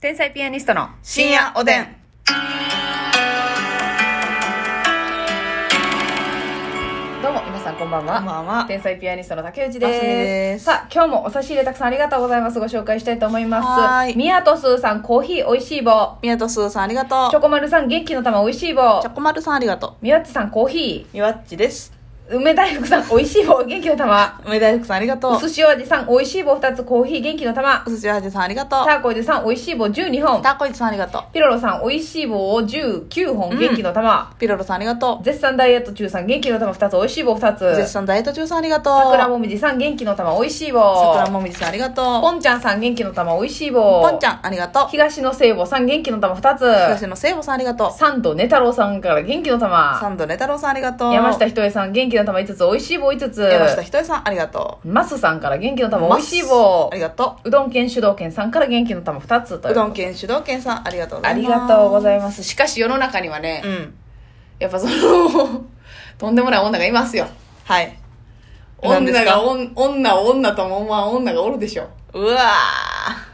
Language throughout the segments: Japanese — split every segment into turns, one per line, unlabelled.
天才ピアニストの
深夜おでん。
どうも皆さんこんばんは
こんばんは
天才ピアニストの竹内
ますみ
です
です
さあ今日もお差し入れたくさんありがとうございますご紹介したいと思い
は
ま
ー
す
い
宮とすーさんコーヒーおいしい棒
宮戸すーさんありがとう。
チョコまるさん元気の玉おいしい棒
チョコまるさんありがと
宮地さんコーヒ
う。ゆわっちです。
ー梅大福さんおいしい 棒元気の玉
梅大福さんありがとう。
寿司お味さんおいしい棒2つコーヒー元気の玉
お寿司はじさんありがと
タ
う。
ーコイズさんおいしい棒12本
たーこいちさんありがとう。
ピロロさんおいしい棒を19本元気の玉、
ピロロさんありがと
絶賛ダイエット中さん元気の玉2つおいしい棒2つ
う。絶賛ダイエット中さんありがとう。
桜もみじさん元気の玉おいしい棒
桜もみじさんありがと
ポ
う。
ンちゃんさん元気の玉おいしい棒
ぽんちゃんありがとう。
東野聖母さん元気の玉2
東
つ
野聖母さんありがとう。
サンドネ太郎さんから元気の
サ
玉
ンドレ太郎さんありがとう。
山下ひとえさん元気の玉5つおいしい棒5つ
山下ひとえさんありがとう。
マスさんから元気の玉おいしい
ます
棒
ありがと
うどん県主導権さんから元気の玉2つと
う。
いう
どん県主導権さんありがとうござ
あ
い
り
ます。
がとうござ
い
いますしかし世の中にはね、
うん。
やっぱその とんでもない女がいますよ
はい。何
女
です
が
か
おん女を女とも思わん女がおるでしょ
うわ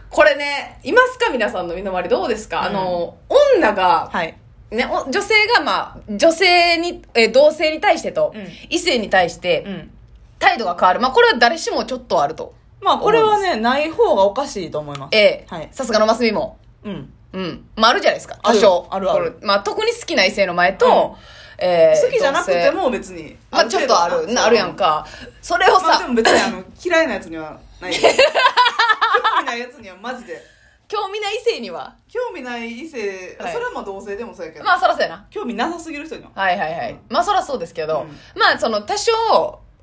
これねいますか皆さんの身の回りどうですか、
うん
あの女
ー。
が、
はい。
ね、お女性がまあ女性にえー同性に対してと、
うん
異性に対して
うん。
態度が変わるまあこれは誰しもちょっとあると
まあ、これはね、ない方がおかしいと思います。
ええ
はい
さすがのますみも
うん。
うんまああるじゃないですか多
ある
少
あるある
これまあ特に好きな異性の前と、えー
好きじゃなくて
同性
も別に。
まあちょっとあるなあるやん
か。
かそれを
まあで
さ
も別にあの、嫌いなやつには ない。興味ないやつにはマジで。
興味ない異性には
興味ない異性、あ
はい
それはまあ同性でもそうやけど、
まあそらそうやな
興味なさすぎる人には。
はいはいはい、まあそらそうですけど、
うん
まあその多少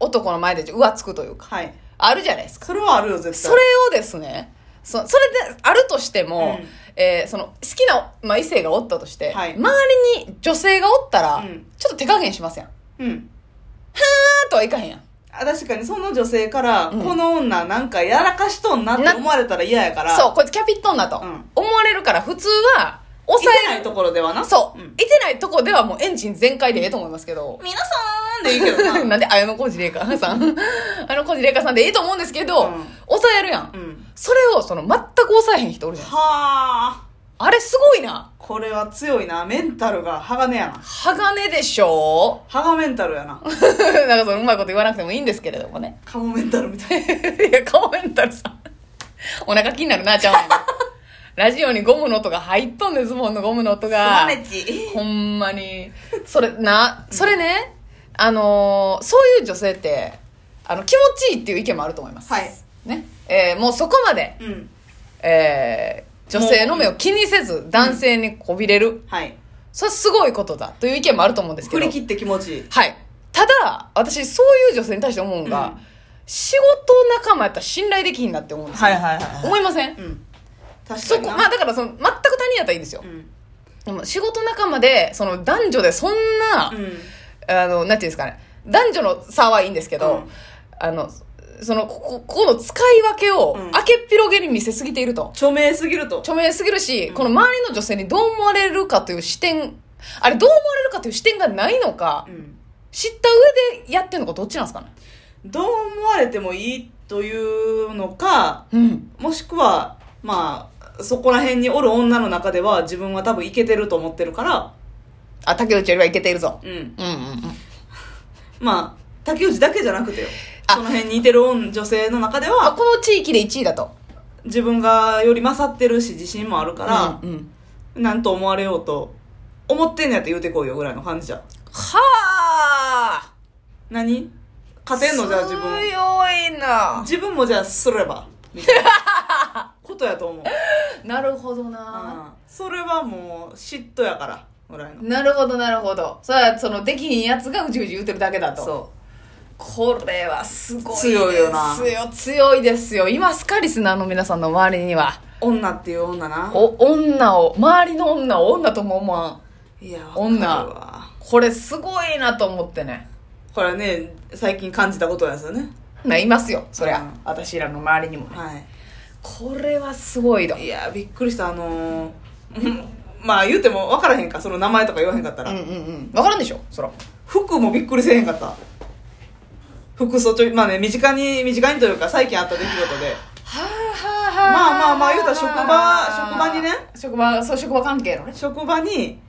男の前で浮つくというか
はい。
あるじゃないですか
それはあるよ、絶対。
それをですねそそれであるとしても、
うん
えーその好きな、まあ、異性がおったとして、
はい
周りに女性がおったら、
うん
ちょっと手加減しますやんあ
うん。
ーとはいかへんやん
あ確かにその女性から、
うん
この女なんかやらかしとんなって
な
思われたら嫌やから、
そうこいつキャピットンだと、
うん
思われるから普通は
いて
抑え
ないところではな。
そう、
ん
いてないとこではもうエンジン全開でええと思いますけど、
皆さんでいいけどな。
なんで綾小路玲香さん 綾小路玲香さんでええと思うんですけど、
うん
抑えるやん、
うん。
それをその全く抑えへん人おるじゃん
はあ。
あれすごいな
これは強いな。メンタルが鋼やな。
鋼でしょ
鋼メンタルやな。
なんかそのうまいこと言わなくてもいいんですけれどもね
カモメンタルみたいな。
いや顔メンタルさんお腹気になるなちゃうねんラジオにゴムの音が入っとんねんズボンのゴムの音が
ち。
ほんまにそれなそれねあのーそういう女性ってあの気持ちいいっていう意見もあると思います
はい
ねえーもうそこまで、
うん。
えー女性の目を気にせず男性にこびれる、
はい。
それはすごいことだという意見もあると思うんですけ
振
ど
り切って気持ちいい。
はいただ私そういう女性に対して思うのが、
うん
仕事仲間やったら信頼できひんなって思うんですよ、
はいは
思いません、
い。うん。確か
そ
に
こ
な。
まあだからその全く他人やったらいいんですよ
う、ん。
でも仕事仲間でその男女でそんな、
うん。
あのなんていうんですかね男女の差はいいんですけど、
うん
あのそのここここの使い分けを
うん
明けっぴろげに見せすぎていると、
著名すぎると。
著名すぎるし、この周りの女性にどう思われるかという視点あれどう思われるかという視点がないのか、
うん。
知った上でやってんのかどっちなんですかね
どう思われてもいいというのか、
うん
もしくは、まあ、そこら辺におる女の中では自分は多分いけてると思ってるから、
あ竹内よりはいけているぞ
うん。
うんうんうん
まあ、竹内だけじゃなくてよ。
あ
その辺にいてる女女性の中で
あ
は、
この地域で1位だと
自分がより勝ってるし、自信もあるから、
うんうん
なんと思われようと、思ってんのやったら言うてこいよぐらいの感じじゃん。
はあ
何勝てんのじゃあ自分。
強いな
自分もじゃあすれば。みたいなことやと思う。
なるほど
う
なん
それはもう嫉妬やから、ぐらいの。
なるほどなるほどそれはそのできひんやつがうじうじ言うてるだけだと
そ
これはすごいです
強いよな
強強いですよ今スカリスナーの皆さんの周りには
う。女っていう女な。
お女を周りの女を女とも思わん
いや、わかる
女
わ。
これすごいなと思ってね
これはね、最近感じたことですよね。
ないますよそりゃ、
うん
私らの周りにもね
は
これはすごいだ
い。いや、びっくりした。あのー、 うんまあ言うても分からへんか。その名前とか言わへんかった
う
ら。
んうんうん分からんでしょそら
服もびっくりせえへんかった服装ちょいまあね身近に身近にというか最近あった出来事で
はあはあは
まあまあまあ言うたら職場職場にね
職場そう職場関係のね
職場に、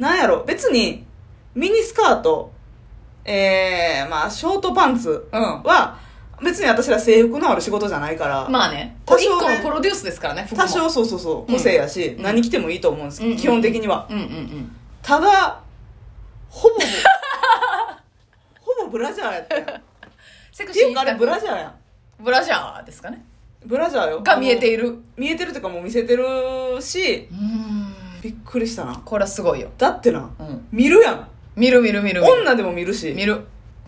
なんやろ、別に、ミニスカート、えー、まあ、ショートパンツ
うん
は、別に私ら制服のある仕事じゃないから、
まあね
多
一
少ね
個のプロデュースですからね服も
多少そうそうそう、
うん
個性やし、
うん
何着てもいいと思うんです、
うんうん
基本的には。
うんうんうん
ただ、ほぼ、 ほぼブラジャーやったやん。っ
セク
てい
シ
う
ー
かあれブラ
ジ
ジャーやん。
ブラジャーですかね
ブラジャーよ。
が見えて
る。
いる
見えてるというかもう見せてるし、
うん
びっくりしたな。
これはすごいよ、
だってな、
うん、
見るやん。
見る見る見る見る
女でも見るし。
見る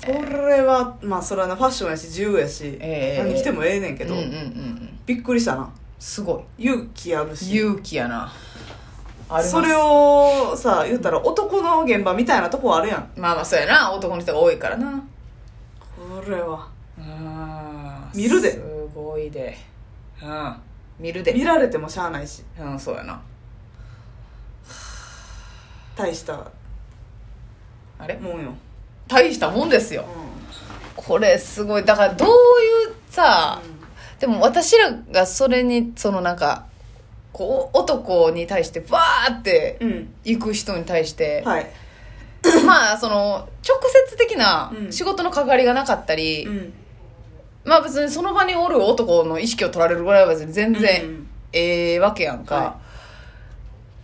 これはまあそれはなファッションやし自由やし、
ええ
何着てもええねんけど、
うんうんうんうん
びっくりしたな
すごい
勇気あるし
勇気やなあります
それをさ言ったら男の現場みたいなとこあるやん
まあまあそうやな男の人が多いからな
これは
うん
見るです
ごいでうん見る
見
で
られてもしゃあないし
うんそうやな
大した
あれ
もんよ、
大したもんですよ
う
これすごいだからどういうさ、でも私らがそれにそのなんかこう男に対してバーって
ん、うん、
行く人に対して、
はい、
まあその直接的な
うん
仕事の関わりがなかったり、
うん、
まあ別にその場におる男の意識を取られるぐらいは別に全
う
然
ん
ええわけやんか、
は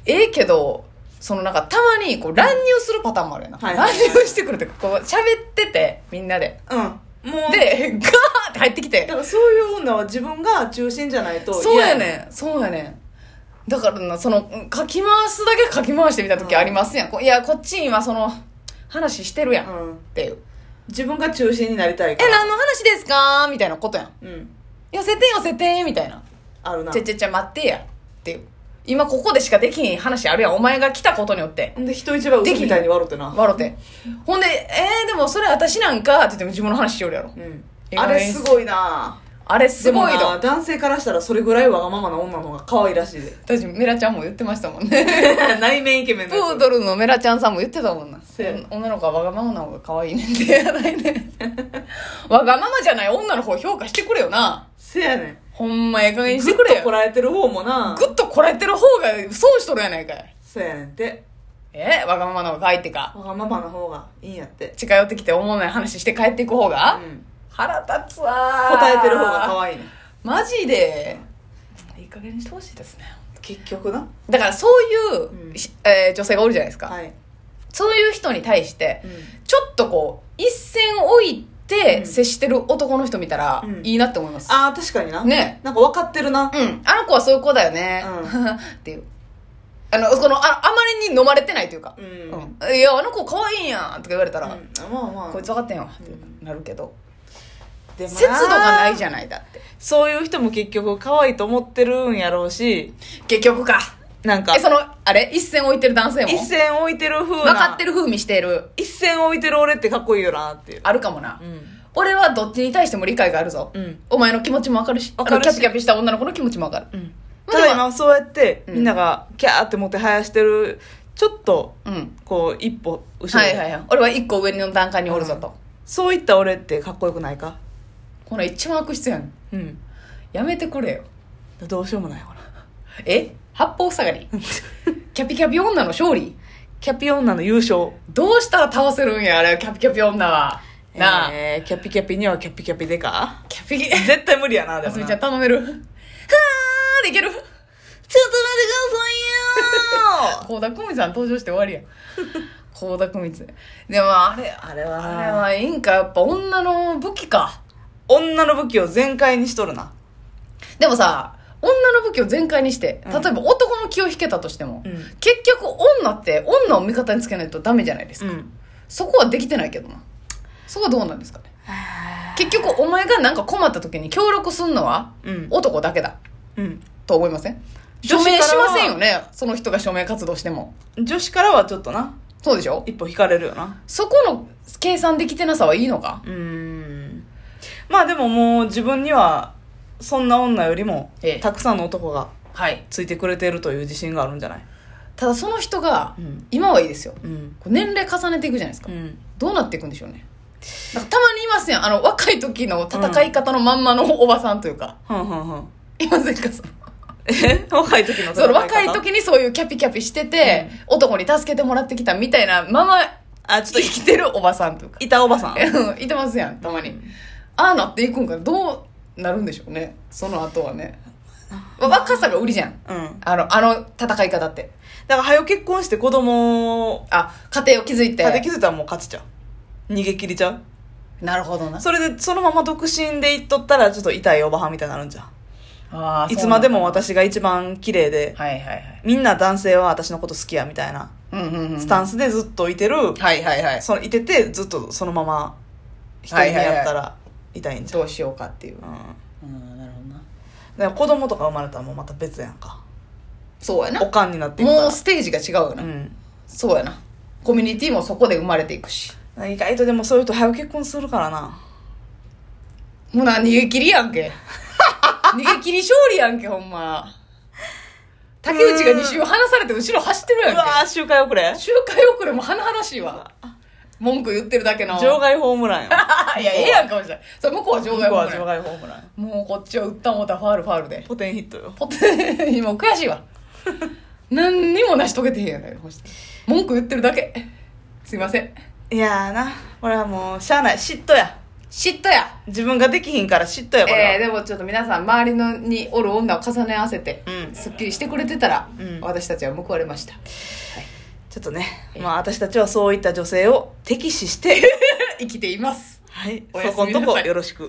ええけどそのなんかたまにこう乱入するパターンもあるやな、
はいはいはい
乱入してくるってこう喋っててみんなで
うんもう
でガーって入ってきて
だからそういう女は自分が中心じゃないと
そうや
嫌
ねんそうやねんだからなそのうんかき回すだけかき回してみた時ありますやん、こういやこっち今その話してるやんっ
うん、
ていう
自分が中心になりた
「
いか
え
ら
何の話ですか?」みたいなことやん
うん
「寄せて寄せて」みたいな
あるな
ちゃちゃちゃ待ってやっていう今ここでしかできひん話あるやんお前が来たことによって
ほんで人一倍嘘みたいに笑ってな
笑ってほんで「えー、でもそれ私なんか」って言っても自分の話しよるやろ
うん
意
あ
外
れ
です
すごいな
あれすごい
でもな
と
男性からしたらそれぐらいわがままな女の方が可愛いらしいで
私メラちゃんも言ってましたもんね
内面イケメン
プードルのメラちゃんさんも言ってたもんな
そうや
女の子はわがままな方が可愛いねん ってやないねわがままじゃない女の方評価してくれよな
せやね
ほんまええ加減
ん
にし
ず
て
っ
くれ
とこ
よ
らえてる方もな
グッとこらえてる方が損しとるやないかい
せやねんって
えわがままな方が可愛いってか
わがままな方がいいんやって
近寄ってきて思わない話して帰っていく方が、
うん
腹立つわー
答えてる方が可愛いねん
マジでいい加減にしてほしいですね
結局な
だからそういう、
うん
しえー女性がおるじゃないですか、
はい
そういう人に対して
うん
ちょっとこう一線置いうて
ん
接してる男の人見たら、
うん
いいなって思います
あー確かにな
ね
なんか分かってるな
うんあの子はそういう子だよね、
う
っていうあのこのああまりに飲まれてないというか
うん
「
うん
うんいやあの子可愛いやん」とか言われたら、
まあまあ
こいつ分かってんわって
うん
なるけど
でもな
節度がないじゃないだって
そういう人も結局可愛いと思ってるんやろうし
結局か
なんか
えそのあれ一線置いてる男性も
一線置いてる風な
分かってる風味してる
一線置いてる俺ってかっこいいよなっていう
あるかもな、
うん
俺はどっちに対しても理解があるぞ、
うん
お前の気持ちも分かるし
わかるし
あのキャピキャピした女の子の気持ちも分かる
うん
まあ
ただ今そうやって
うん
みんながキャーってもてはやしてるちょっと
うん、
こう一歩後ろ
はい
で、
はいはい俺は一個上の段階におるぞと、
うそういった俺ってかっこよくないか
この一番悪質やん
うん
やめてくれよ
どうしようもないほら
え八方塞 がりキャピキャピ女の勝利
キャピ女の優勝
どうしたら倒せるんやあれキャピキャピ女はなあ、
えーキャピキャピにはキャピキャピでか
キャピキ
絶対無理やなで
あ
も
すみ
な
ちゃん頼めるはあできる
ちょっと待ってくださいよ
倖田來未さん登場して終わ りやん倖田來未でも あれ
あれ
あ
は
れはいいんかやっぱ女の武器か
女の武器を全開にしとるな
でもさ女の武器を全開にして
うん
例えば男の気を引けたとしても、
うん
結局女って女を味方につけないとダメじゃないですか、
ん
そこはできてないけどなそこはどうなんですかね結局お前がなんか困った時に協力すんのは
うん
男だけだ
うん
と思いません
女
署
子から
名
は
しませんよねその人が署名活動しても
女子からはちょっとな
そうでしょ
一歩引かれるよな
そこの計算できてなさはいいのか
うーんまあでももう自分にはそんな女よりも
ええ
たくさんの男が
はい
ついてくれてるという自信があるんじゃない
ただその人が、
うん
今はいいですよ
うん
こう年齢重ねていくじゃないですか、
うん
どうなっていくんでしょうねなんかたまにいませんあの若い時の戦い方のまんまのおばさんというか、
はんはんはん
いませんかその
え若い時の
その
戦方
若い時にそういうキャピキャピしてて、男に助けてもらってきたみたいなまま
あち
生
ょっと
きてるおばさんとか。
いたおばさん
うん いてますやん、たまに。ああなっていくんか、どうなるんでしょうね。その後はね。わ若さが売りじゃん。
うん
あの、あの戦い方って。
だから早く結婚して子供を
あ、家庭を築いて。
で気づいたらもう勝ちちゃう逃げ切りちゃう
なるほどな。
それでそのまま独身でいっとったらちょっと痛いおばはんみたいになるんじゃん
あー
いつまでも
そう
私が一番綺麗で、
なんだはいはいはい。
みんな男性は私のこと好きやみたいな
うんうん、うん。
スタンスでずっといてる、
はいはいはい。
そのいててずっとそのまま一人
は
目
いはいはい
やったら痛いんじゃん、
どうしようかっていう。
うん
うん、なるほどな。
だから子供とか生まれたらもうまた別やんか
そうやな。
おかんになっていくから
もうステージが違うよな、
うん
そうやな。コミュニティもそこで生まれていくし。
意外とでもそういう人早く結婚するからな
もうな、逃げ切りやん け。逃げ切り勝利やんけ、ほんま。竹内が2周離されて後ろ走ってるやん
うわ
け。
ー周回遅れ
周回遅れも甚だしいわ。文句言ってるだけの。
場外ホームランよ
いや、ええやんかもしれない。それ向こうは 場
向
外
こう
ホ
は
ー
場
ムラン
外ホームラン
もうこっちは打った思ったらファールファールで。
ポテンヒッ トよ
ポテもう悔しいわ。何にも成し遂げてへんやない文句言ってるだけ。すいません。
いやーなこれはもうしゃあない嫉妬や
嫉妬や。
自分ができひんから嫉妬やこれは、
えー、でもちょっと皆さん周りのにおる女を重ね合わせて、
うん
すっきりしてくれてたら、
うん
私たちは報われました
ちょっとね、まあ私たちはそういった女性を敵視して、
生きています
はい
おや
そ
す
こ
み
ん
なさい
とこよろしく。